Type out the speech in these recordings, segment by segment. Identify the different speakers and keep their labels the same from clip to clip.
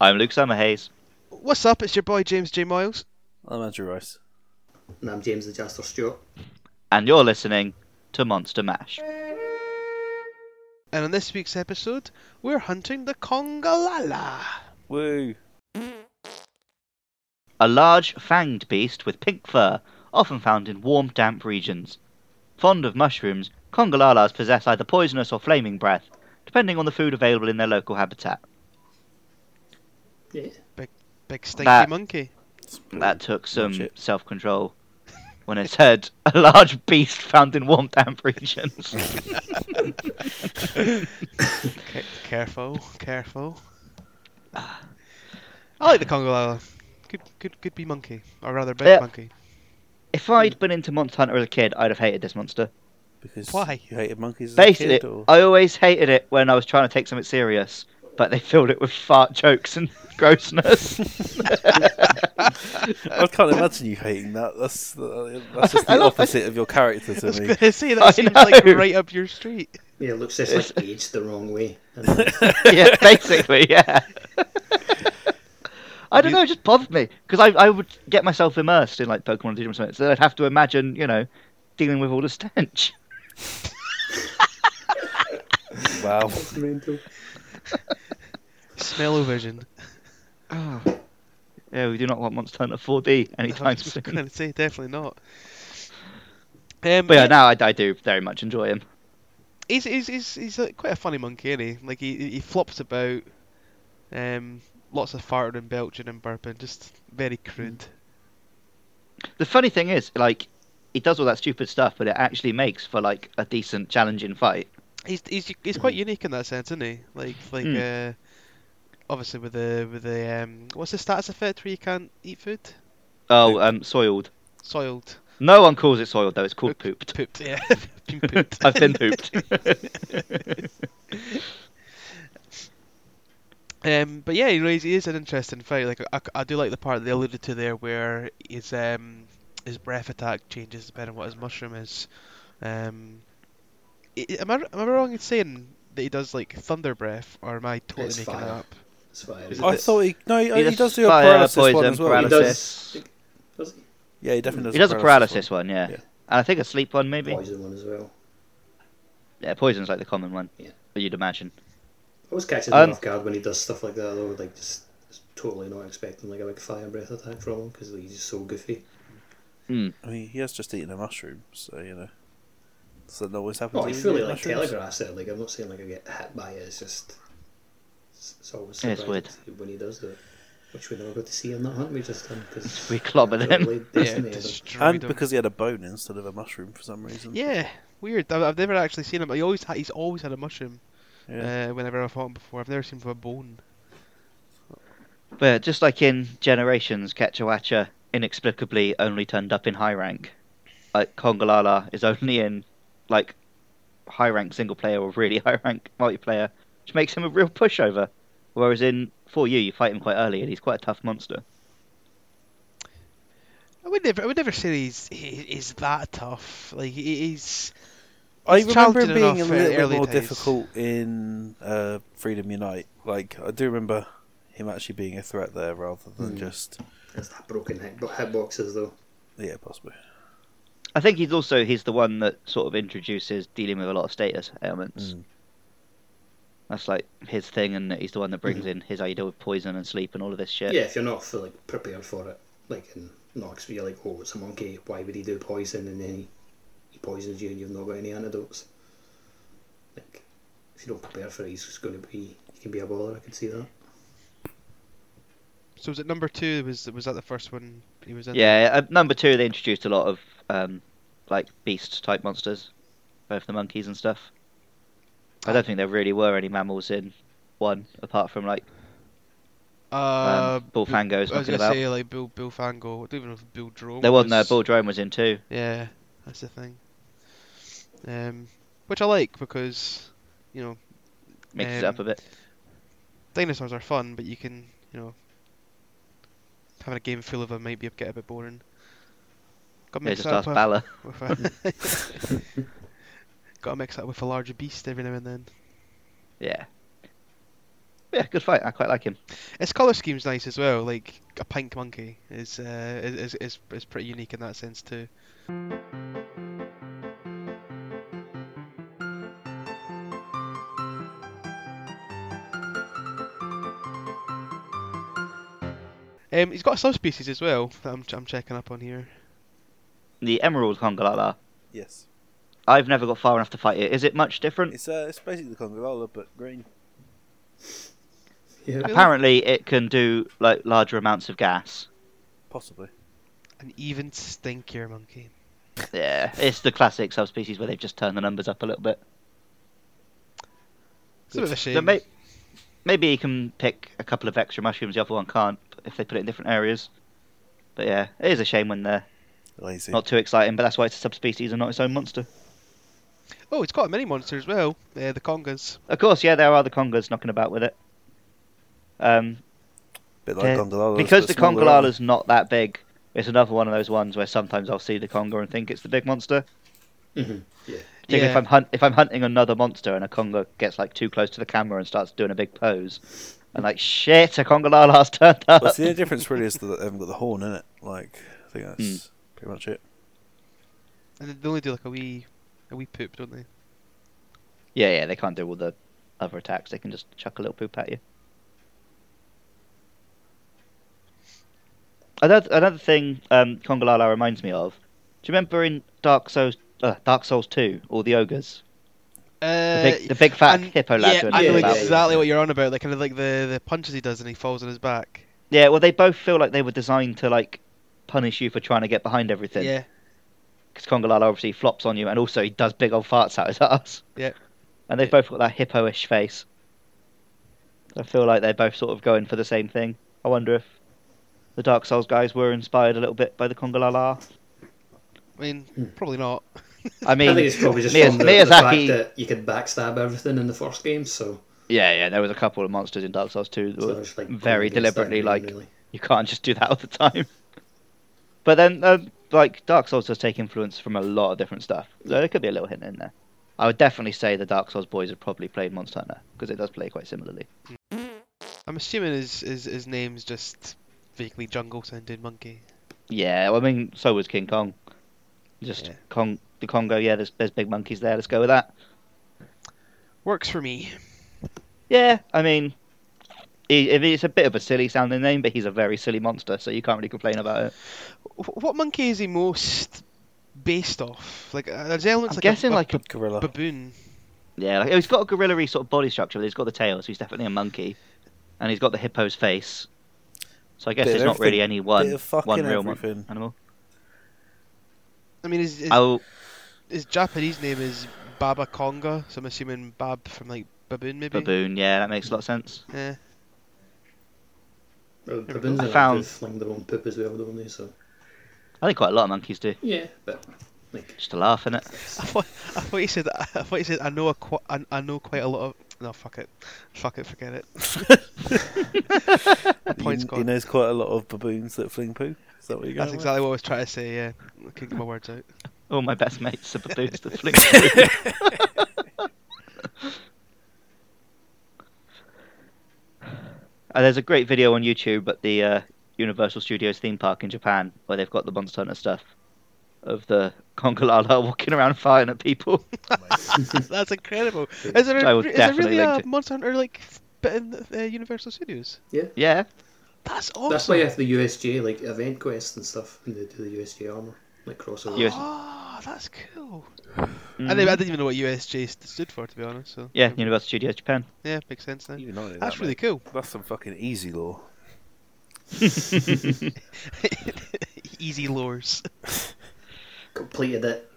Speaker 1: I'm Luke Summerhays.
Speaker 2: What's up? It's your boy James J. Miles.
Speaker 3: I'm Andrew Rice.
Speaker 4: And I'm James the Jester Stewart.
Speaker 1: and you're listening to Monster Mash.
Speaker 2: And on this week's episode, we're hunting the Kongalala.
Speaker 3: Woo!
Speaker 1: A large fanged beast with pink fur, often found in warm, damp regions. Fond of mushrooms, Congolalas possess either poisonous or flaming breath, depending on the food available in their local habitat.
Speaker 4: Yeah.
Speaker 2: Big stinky
Speaker 1: That-
Speaker 2: monkey.
Speaker 1: That took some
Speaker 3: Shit.
Speaker 1: self control when it said a large beast found in warm, damp regions.
Speaker 2: C- careful, careful. Ah. I like the Kongalala. Good, good, good be monkey, or rather, big
Speaker 1: Yeah.
Speaker 2: monkey.
Speaker 1: if I'd been into Monster Hunter as a kid, I'd have hated this monster.
Speaker 3: Because
Speaker 2: Why?
Speaker 3: you hated monkeys as
Speaker 1: Basically,
Speaker 3: a kid, or
Speaker 1: I always hated it when I was trying to take something serious, but they filled it with fart jokes and grossness.
Speaker 3: I can't imagine you hating that. That's uh, that's just
Speaker 1: I
Speaker 3: the
Speaker 1: love-
Speaker 3: opposite of your character
Speaker 2: I
Speaker 3: to
Speaker 2: was
Speaker 3: me.
Speaker 2: gonna say
Speaker 1: I
Speaker 2: that seems like
Speaker 1: know.
Speaker 2: right up your street.
Speaker 4: Yeah, it looks just like aged the wrong way. And
Speaker 1: yeah, basically, yeah. I don't know, it just bothered me because I, I would get myself immersed in like Pokemon Digimon something, so I'd have to imagine, you know, dealing with all the stench.
Speaker 3: Wow.
Speaker 4: it's mental.
Speaker 2: Smell-o-vision.
Speaker 1: Oh. Yeah, we do not want Monster Hunter 4D
Speaker 2: I
Speaker 1: anytime
Speaker 2: was
Speaker 1: soon.
Speaker 2: gonna say definitely not. Um,
Speaker 1: But yeah, now I, I do very much enjoy him.
Speaker 2: he's he's he's, he's uh quite a funny monkey, isn't he? Like he he flops about, um, lots of farting and belching and burping, just very crude.
Speaker 1: Hmm. The funny thing is, like, he does all that stupid stuff, but it actually makes for like a decent, challenging fight.
Speaker 2: He's he's he's quite unique in that sense, isn't he? Like like
Speaker 1: Hmm.
Speaker 2: uh, obviously with the with the um, what's the status effect where you can't eat food?
Speaker 1: Oh, um, soiled.
Speaker 2: Soiled,
Speaker 1: No one calls it soiled though. It's called
Speaker 2: Poop-
Speaker 1: pooped.
Speaker 2: pooped. Yeah, been pooped.
Speaker 1: I've been pooped.
Speaker 2: Um, but yeah, you know, he's, he is an interesting fight. Like I, I do like the part they alluded to there, where his um his breath attack changes depending on what his mushroom is. Um, i- i- am I am I wrong in saying that he does like thunder breath, or am I totally
Speaker 4: It's
Speaker 2: making that
Speaker 4: fire.
Speaker 2: up?
Speaker 4: That's why
Speaker 3: I thought he no, he, he
Speaker 1: does
Speaker 3: does do a
Speaker 1: fire,
Speaker 3: paralysis one
Speaker 1: poison,
Speaker 3: as well.
Speaker 1: paralysis.
Speaker 4: He does he?
Speaker 3: Yeah, he definitely does.
Speaker 1: he does a paralysis one, yeah.
Speaker 3: Yeah.
Speaker 1: And I think a sleep one maybe.
Speaker 4: Poison one as well.
Speaker 1: Yeah, poison's like the common one.
Speaker 4: Yeah.
Speaker 1: But you'd imagine.
Speaker 4: I always catches
Speaker 1: Um,
Speaker 4: him off guard when he does stuff like that though, like just, just totally not expecting like a big fire breath attack from him because he's just so goofy.
Speaker 3: I mean, he has just eaten a mushroom, so you know. So that always happens.
Speaker 4: No, Oh, he
Speaker 3: when you
Speaker 4: fully
Speaker 3: eat
Speaker 4: like
Speaker 3: mushrooms.
Speaker 4: telegraphs it. Like I'm not saying like I get hit by it. It's just it's, it's always
Speaker 1: Yeah, it's
Speaker 4: surprising to see when he does that, which we never got to see in that hunt we just done because
Speaker 1: We clobbered him.
Speaker 2: Yeah,
Speaker 3: And
Speaker 2: destroyed him.
Speaker 3: because he had a bone instead of a mushroom for some reason.
Speaker 2: yeah, weird. I've, I've never actually seen him. He always ha- he's always had a mushroom.
Speaker 3: Yeah.
Speaker 2: Uh, whenever I've fought him before, I've never seen him with a bone.
Speaker 1: But just like in Generations, Ketchawacha inexplicably only turned up in high rank. Like Kongolala is only in like high rank single player or really high rank multiplayer, which makes him a real pushover. Whereas in 4U you fight him quite early and he's quite a tough monster.
Speaker 2: I would never, I would never say he's he, he's that tough. Like he, he's
Speaker 3: I
Speaker 2: It's
Speaker 3: remember him
Speaker 2: challenging
Speaker 3: being a
Speaker 2: enough
Speaker 3: little
Speaker 2: in
Speaker 3: bit
Speaker 2: early
Speaker 3: more
Speaker 2: days.
Speaker 3: difficult in uh, Freedom Unite. Like, I do remember him actually being a threat there rather
Speaker 1: Hmm.
Speaker 3: than just.
Speaker 4: It's that broken hit, but hitboxes though.
Speaker 3: Yeah, possibly.
Speaker 1: I think he's also he's the one that sort of introduces dealing with a lot of status ailments.
Speaker 3: Mm.
Speaker 1: That's like his thing, and he's the one that
Speaker 2: Mm-hmm.
Speaker 1: brings in his how you deal with poison and sleep and all of this shit.
Speaker 4: Yeah, if you're not for, like prepared for it, like in Nox, you're like, oh, it's a monkey. Why would he do poison? And then he, he poisons you, and you've not got any antidotes. Like, if you don't prepare for it, he's just going to be. He can be a baller. I can see that.
Speaker 2: So was it number two? Was was that the first one he was in?
Speaker 1: Yeah, uh, number two, they introduced a lot of um, like beast type monsters, both the monkeys and stuff. I don't think there really were any mammals in one, apart from like
Speaker 2: Uh,
Speaker 1: um, Bullfango is
Speaker 2: I was
Speaker 1: knocking
Speaker 2: gonna
Speaker 1: about.
Speaker 2: say like Bill Bill Fango. I don't even know if Bill Drone.
Speaker 1: There wasn't a
Speaker 2: was-
Speaker 1: bull drone was in two.
Speaker 2: Yeah, that's the thing. Um, which I like because you know
Speaker 1: Mixes it
Speaker 2: Um,
Speaker 1: up a bit.
Speaker 2: dinosaurs are fun, but you can you know having a game full of them might be get a bit boring. Got
Speaker 1: They just
Speaker 2: that
Speaker 1: asked
Speaker 2: up
Speaker 1: Bala.
Speaker 2: with a- Got to mix that with a larger beast every now and then.
Speaker 1: Yeah. yeah, good fight. I quite like him.
Speaker 2: His color scheme's nice as well. Like a pink monkey is uh, is, is is pretty unique in that sense too. Um, he's got a subspecies as well that I'm, I'm checking up on here.
Speaker 1: The emerald Kongolala.
Speaker 3: Yes,
Speaker 1: I've never got far enough to fight it. Is it much different?
Speaker 3: it's uh, it's basically the Congolala but green.
Speaker 4: Yeah.
Speaker 1: Apparently, it can do like larger amounts of gas.
Speaker 3: Possibly.
Speaker 2: An even stinkier monkey.
Speaker 1: Yeah, it's the classic subspecies where they've just turned the numbers up a little bit.
Speaker 2: It's a bit of a
Speaker 1: So
Speaker 2: shame.
Speaker 1: may- maybe you can pick a couple of extra mushrooms. The other one can't if they put it in different areas. But yeah, it is a shame when they're
Speaker 3: Lazy.
Speaker 1: not too exciting. But that's why it's a subspecies and not its own monster.
Speaker 2: Oh, it's got a mini monster as well. Uh, the congas.
Speaker 1: Of course, yeah, there are the Congas knocking about with it. Um,
Speaker 3: Bit like
Speaker 1: Uh,
Speaker 3: Congolala.
Speaker 1: because the Congolala's not that big, it's another one of those ones where sometimes I'll see the Conga and think it's the big monster. Mm-hmm.
Speaker 4: Mhm.
Speaker 1: Particularly
Speaker 2: Yeah.
Speaker 1: if I'm hunt- if I'm hunting another monster and a Conga gets like too close to the camera and starts doing a big pose, and like shit, a Congolala's turned up.
Speaker 3: Well, see, the only difference really is that they haven't got the horn in it. Like, I think that's
Speaker 1: Hmm.
Speaker 3: pretty much it.
Speaker 2: And they only do like a wee, a wee poop, don't they?
Speaker 1: Yeah, yeah, they can't do all the other attacks. They can just chuck a little poop at you. Another another thing um, Kongolala reminds me of. Do you remember in Dark Souls, uh, Dark Souls Two, all the ogres, the
Speaker 2: Uh,
Speaker 1: big, the big fat
Speaker 2: and-
Speaker 1: hippo lad?
Speaker 2: yeah,
Speaker 1: doing
Speaker 2: I
Speaker 1: it
Speaker 2: know
Speaker 1: about.
Speaker 4: exact-
Speaker 2: exactly what you're on about. Like kind of like the, the punches he does and he falls on his back.
Speaker 1: Yeah, well, they both feel like they were designed to like punish you for trying to get behind everything.
Speaker 2: Yeah,
Speaker 1: because Kongolala obviously flops on you, and also he does big old farts out his ass.
Speaker 2: Yeah.
Speaker 1: And they've both got that hippo-ish face. I feel like they're both sort of going for the same thing. I wonder if the Dark Souls guys were inspired a little bit by the Kongolala.
Speaker 2: I mean probably not.
Speaker 1: I
Speaker 4: I
Speaker 1: mean,
Speaker 4: think it's probably just
Speaker 1: Miyaz-
Speaker 4: from the, the
Speaker 1: Miyazaki-
Speaker 4: fact that you could backstab everything in the first game, so,
Speaker 1: yeah, yeah. There was a couple of monsters in Dark Souls 2 that
Speaker 4: so
Speaker 1: were
Speaker 4: it's like
Speaker 1: very
Speaker 4: probably against that
Speaker 1: deliberately
Speaker 4: game,
Speaker 1: like
Speaker 4: really.
Speaker 1: you can't just do that all the time. But then, um, like Dark Souls does take influence from a lot of different stuff. So there could be a little hint in there. I would definitely say the Dark Souls boys have probably played Monster Hunter because it does play quite similarly.
Speaker 2: I'm assuming his his, his name's just vaguely jungle sounding monkey.
Speaker 1: Yeah, well, I mean, so was King Kong. Just
Speaker 2: Yeah.
Speaker 1: Kong, the Congo. Yeah, there's there's big monkeys there. Let's go with that.
Speaker 2: Works for me.
Speaker 1: Yeah, I mean, he, if it's a bit of a silly sounding name, but he's a very silly monster, so you can't really complain about it.
Speaker 2: Wh- What monkey is he most based off? Like uh, there's elements
Speaker 1: I'm
Speaker 2: like
Speaker 1: guessing
Speaker 2: a,
Speaker 1: like
Speaker 2: a,
Speaker 1: a-
Speaker 3: Gorilla.
Speaker 2: b- baboon.
Speaker 1: Yeah, like, he's got a gorilla-y sort of body structure, but he's got the tail, so he's definitely a monkey, and he's got the hippo's face. So I guess
Speaker 3: Bit
Speaker 1: there's
Speaker 3: of
Speaker 1: not really
Speaker 3: everything.
Speaker 1: any one
Speaker 3: Bit of fucking
Speaker 1: one real mon-
Speaker 3: everything.
Speaker 1: animal.
Speaker 2: I mean his his,
Speaker 1: Oh,
Speaker 2: his Japanese name is Baba Conga, so I'm assuming Bab from like baboon maybe.
Speaker 1: baboon. Yeah, that makes a lot of sense.
Speaker 2: Yeah.
Speaker 4: Well, baboons
Speaker 1: I
Speaker 4: are
Speaker 1: found-
Speaker 4: found... fling their own poop as well, don't they? So
Speaker 1: I think quite a lot of monkeys do.
Speaker 4: yeah, but like
Speaker 1: Just to laugh, innit?
Speaker 2: I thought, I thought you said I thought you said I know a qu- I, I know quite a lot of no fuck it fuck it forget it
Speaker 3: He-
Speaker 2: point's
Speaker 3: he,
Speaker 2: gone.
Speaker 3: knows quite a lot of baboons that fling poo. Is that what you're going
Speaker 2: that's exactly what I was trying to say yeah I couldn't get my words out
Speaker 1: All Oh, my best mates are baboons that fling. Uh, there's a great video on YouTube at the uh, Universal Studios theme park in Japan where they've got the Monster Hunter stuff of the Kongolala walking around firing at people.
Speaker 2: that's incredible is there,
Speaker 1: I
Speaker 2: a,
Speaker 1: will
Speaker 2: is there
Speaker 1: definitely
Speaker 2: really a
Speaker 1: link it.
Speaker 2: Monster Hunter like bit in uh, Universal Studios
Speaker 1: yeah,
Speaker 2: that's awesome
Speaker 4: that's why you have the USJ like event quests and stuff, and they do the USJ armor like crossover.
Speaker 1: US
Speaker 2: oh that's cool
Speaker 1: mhm.
Speaker 2: I, didn't, I didn't even know what USJ st- stood for to be honest so
Speaker 1: yeah, Universal Studios Japan.
Speaker 2: yeah makes sense now
Speaker 3: You know that,
Speaker 2: that's really
Speaker 3: mate.
Speaker 2: cool
Speaker 3: That's some fucking easy law.
Speaker 2: easy lures
Speaker 4: Completed it.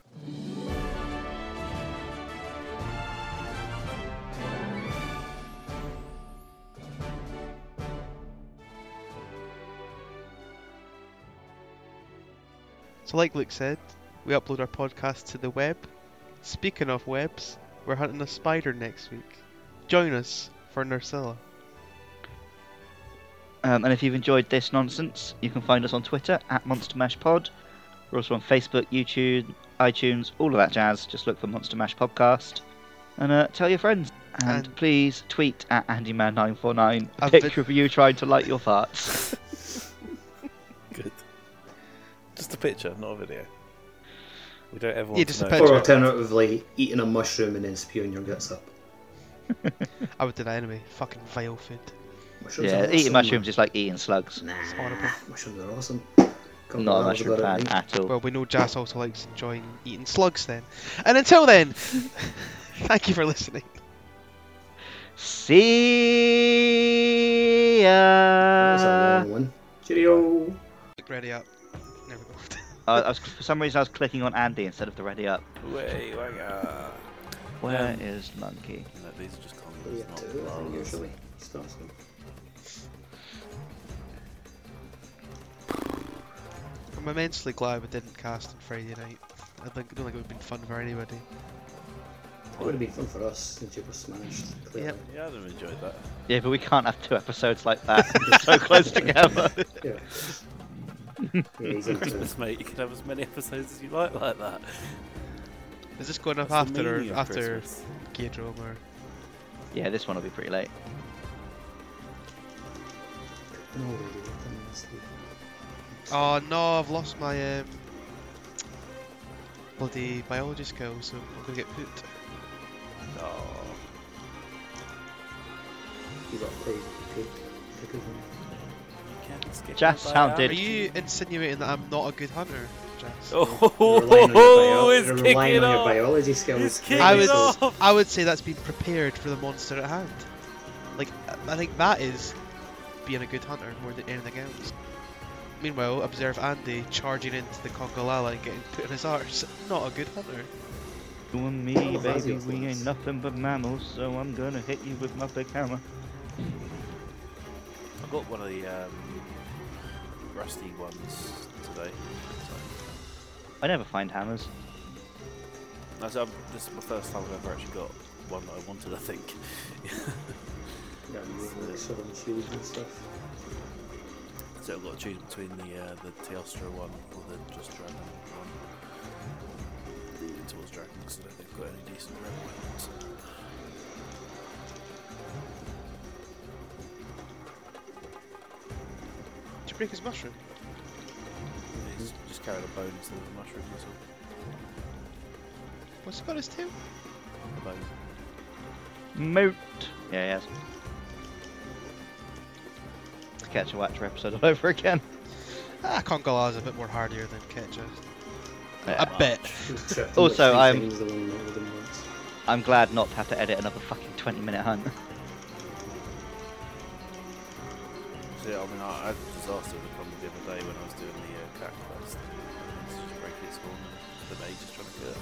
Speaker 2: So, like Luke said, we upload our podcast to the web. Speaking of webs, we're hunting a spider next week. Join us for Nursilla.
Speaker 1: Um, and if you've enjoyed this nonsense, you can find us on Twitter at Monster Mash Pod. We're also on Facebook, YouTube, iTunes, all of that jazz. Just look for Monster Mash Podcast and uh, tell your friends. And,
Speaker 2: And-
Speaker 1: please tweet at Andyman949 a
Speaker 2: I've
Speaker 1: picture
Speaker 2: been-
Speaker 1: of you trying to light your farts.
Speaker 3: Good. Just a picture, not a video. We don't ever want
Speaker 2: Yeah, just
Speaker 3: to
Speaker 2: a
Speaker 3: know.
Speaker 2: picture.
Speaker 4: Or alternatively, eating a mushroom and then spewing your guts up.
Speaker 2: I would do that anyway. Fucking vile food.
Speaker 4: Mushrooms
Speaker 1: yeah,
Speaker 4: are
Speaker 1: eating
Speaker 4: awesome,
Speaker 1: mushrooms is like eating slugs.
Speaker 4: man.
Speaker 2: It's
Speaker 4: Nah,
Speaker 2: horrible.
Speaker 4: mushrooms are awesome.
Speaker 1: I'm
Speaker 4: Come
Speaker 1: not
Speaker 4: on,
Speaker 1: a
Speaker 4: that was
Speaker 1: mushroom
Speaker 4: about it,
Speaker 1: fan
Speaker 4: mate.
Speaker 1: at all.
Speaker 2: Well, we know Jas also likes enjoying eating slugs then. And until then, thank you for listening.
Speaker 1: See ya.
Speaker 4: That was a
Speaker 1: I,
Speaker 4: long one. Cheerio.
Speaker 2: Ready up. There we go.
Speaker 1: I was, for some reason, I was clicking on Andy instead of the ready up.
Speaker 3: Way, wagga.
Speaker 1: Where
Speaker 3: Um,
Speaker 1: is Monkey?
Speaker 3: No, these are just
Speaker 4: What are you
Speaker 3: condoms, not
Speaker 4: up to, I think,
Speaker 3: flowers.
Speaker 4: usually? Start some-
Speaker 2: I'm immensely glad we didn't cast on Friday night. I think, don't think it would have been fun for anybody.
Speaker 4: It would have been fun for us since you were smashed. clearly.
Speaker 3: Yeah, I'd have enjoyed that.
Speaker 1: Yeah, but we can't have two episodes like that so close together.
Speaker 4: Yeah. yeah, he's into
Speaker 3: Christmas, mate. You can have as many episodes as you like like that.
Speaker 2: Is this going up
Speaker 3: That's the
Speaker 2: after
Speaker 3: meaning
Speaker 2: or
Speaker 3: of
Speaker 2: after
Speaker 3: Christmas.
Speaker 2: Gaydrome or
Speaker 1: Yeah, this one will be pretty late.
Speaker 4: No, we didn't have them last week.
Speaker 2: Oh no, I've lost my um, bloody biology skills, so I'm gonna get pooped.
Speaker 3: Oh,
Speaker 4: You got played with the pig. Pick up on it.
Speaker 3: you can't skip
Speaker 1: Just
Speaker 3: by
Speaker 1: sounded-
Speaker 2: Are
Speaker 3: Aaron.
Speaker 2: you insinuating that I'm not a good hunter, Jess?
Speaker 3: Oh,
Speaker 4: You're relying on your bio-
Speaker 3: it's
Speaker 4: you're
Speaker 3: kicking
Speaker 4: relying on your
Speaker 3: off.
Speaker 4: biology skills.
Speaker 3: It's
Speaker 4: Very
Speaker 3: kicking
Speaker 2: I was-
Speaker 4: skills.
Speaker 3: off.
Speaker 2: I would say that's being prepared for the monster at hand. Like, I- I think that is being a good hunter more than anything else. Meanwhile, observe Andy charging into the Congolala and getting put in his arse. Not a good hunter.
Speaker 1: You and me,
Speaker 4: Oh, that's
Speaker 1: baby,
Speaker 4: yours,
Speaker 1: we
Speaker 4: Lance.
Speaker 1: ain't nothing but mammals, so I'm gonna hit you with my big hammer.
Speaker 3: I got one of the um, rusty ones today. So,
Speaker 1: I never find hammers.
Speaker 3: that's, um, this is my first time I've ever actually got one that I wanted. I think.
Speaker 4: Yeah, you were, like, sawing shields and stuff.
Speaker 3: so I've got to choose between the uh, the Teostra one or the just dragon one. Leaning towards dragon because I don't think I've got any decent red ones.
Speaker 2: Did you break his mushroom?
Speaker 3: He's just carried a bone instead of a mushroom. That's all.
Speaker 2: What's he got his tail?
Speaker 3: A bone.
Speaker 1: Moot! Yeah, yes. Catch a Watcher episode all over again.
Speaker 2: Ah, Congola's a bit more hardier than Ketcha.
Speaker 1: Yeah.
Speaker 2: A bit.
Speaker 4: He was tripped him
Speaker 1: Also,
Speaker 4: like three
Speaker 1: I'm-
Speaker 4: times the one night with him once.
Speaker 1: I'm glad not to have to edit another fucking 20 minute hunt.
Speaker 3: So, yeah, I mean, I I had a disaster with the problem the other day when I was doing the uh, cat quest. It's just break its horn. The mage is trying to kill it.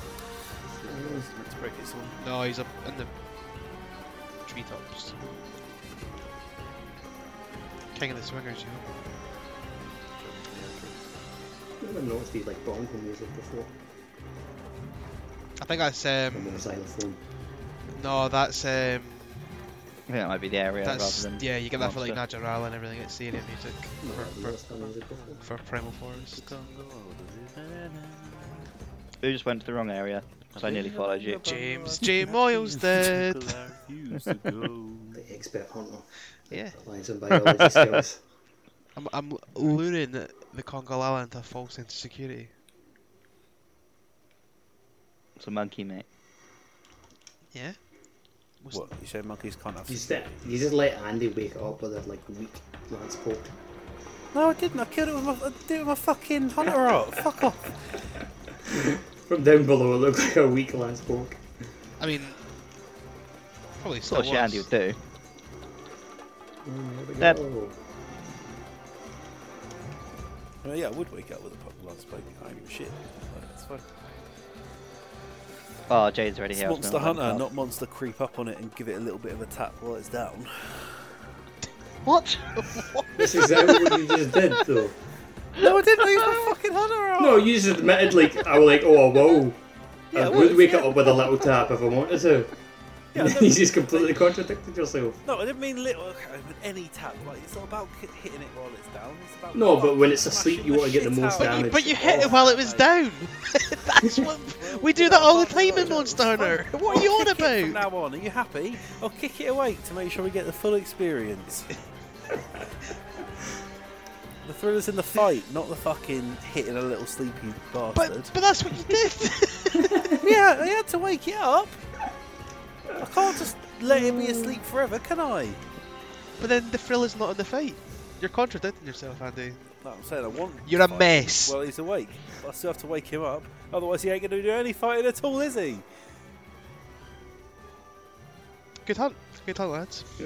Speaker 4: Mm.
Speaker 3: It's meant to break its horn.
Speaker 2: No, he's up in the treetops. King of the swingers, you know.
Speaker 4: Never noticed he's like bongo music before.
Speaker 2: I think that's
Speaker 4: When
Speaker 2: um
Speaker 4: we were xylophone.
Speaker 2: no, that's um
Speaker 1: I think that might be the area
Speaker 2: that's
Speaker 1: rather than.
Speaker 2: yeah, you get that for like
Speaker 1: monster.
Speaker 2: Najaral and everything. It's the area music
Speaker 4: No, I've
Speaker 2: for,
Speaker 4: noticed that music before.
Speaker 2: for, for Primal Forest.
Speaker 1: Who just went to the wrong area? Because I nearly followed you.
Speaker 2: James J. Moyle's dead.
Speaker 4: The expert hunter.
Speaker 2: Yeah,
Speaker 4: Reliance on biology skills.
Speaker 2: I'm I'm luring the Congolala into a false sense of security.
Speaker 1: It's a monkey, mate.
Speaker 2: Yeah. What's-
Speaker 3: What? You say monkeys can't have
Speaker 4: You just, you just let Andy wake up with a like weak lance poke.
Speaker 3: No, I didn't. I killed it with my, I did it with my fucking hunter up. Fuck off.
Speaker 4: From down below, it looked like a weak lance poke.
Speaker 2: I mean, probably
Speaker 1: Sort
Speaker 2: still
Speaker 1: of shit Andy
Speaker 2: was.
Speaker 1: would do.
Speaker 4: Mm, there we
Speaker 1: That-
Speaker 4: go.
Speaker 3: Well, yeah, I would wake up with a pop last plate. I don't give a shit. Like, It's fine.
Speaker 1: Oh, Jade's already
Speaker 3: It's
Speaker 1: here. I was
Speaker 3: monster
Speaker 1: gonna
Speaker 3: hunter,
Speaker 1: look
Speaker 3: not monster creep up on it and give it a little bit of a tap while it's down.
Speaker 1: up. What?
Speaker 4: That's exactly what you just did, though.
Speaker 3: No, I didn't use my fucking hunter up.
Speaker 4: No, you just admitted like I was like, oh whoa.
Speaker 3: Yeah,
Speaker 4: I
Speaker 3: it
Speaker 4: would
Speaker 3: was,
Speaker 4: wake
Speaker 3: yeah.
Speaker 4: it up with a little tap if I wanted to.
Speaker 3: Yeah, I
Speaker 4: you
Speaker 3: don't-
Speaker 4: just completely contradicted yourself.
Speaker 3: No, I didn't mean little. I mean any tap. Like it's not about ki- hitting it while it's down. It's about
Speaker 4: No, but when it's
Speaker 3: smashing
Speaker 4: asleep, you wanna get the
Speaker 3: shit
Speaker 4: most
Speaker 3: out.
Speaker 4: damage.
Speaker 2: But you hit
Speaker 3: Oh,
Speaker 2: it while it was
Speaker 3: mate.
Speaker 2: down. That's what we do that all the time in Monster Hunter. What are you on
Speaker 3: I'll kick it From
Speaker 2: about?
Speaker 3: now on, are you happy? I'll kick it away to make sure we get the full experience. the thriller's in the fight, not the fucking hitting a little sleepy bastard.
Speaker 2: But but that's what you did.
Speaker 3: yeah, I had to wake it up. I can't just let it be asleep forever, can I?
Speaker 2: but then the thrill is not in the fight. You're contradicting yourself, Andy.
Speaker 3: No, I'm saying I want. him to
Speaker 2: You're a
Speaker 3: fight.
Speaker 2: mess.
Speaker 3: Well, he's awake. I still have to wake him up. Otherwise, he ain't going to do any fighting at all, is he?
Speaker 2: Good hunt. Good hunt, lads.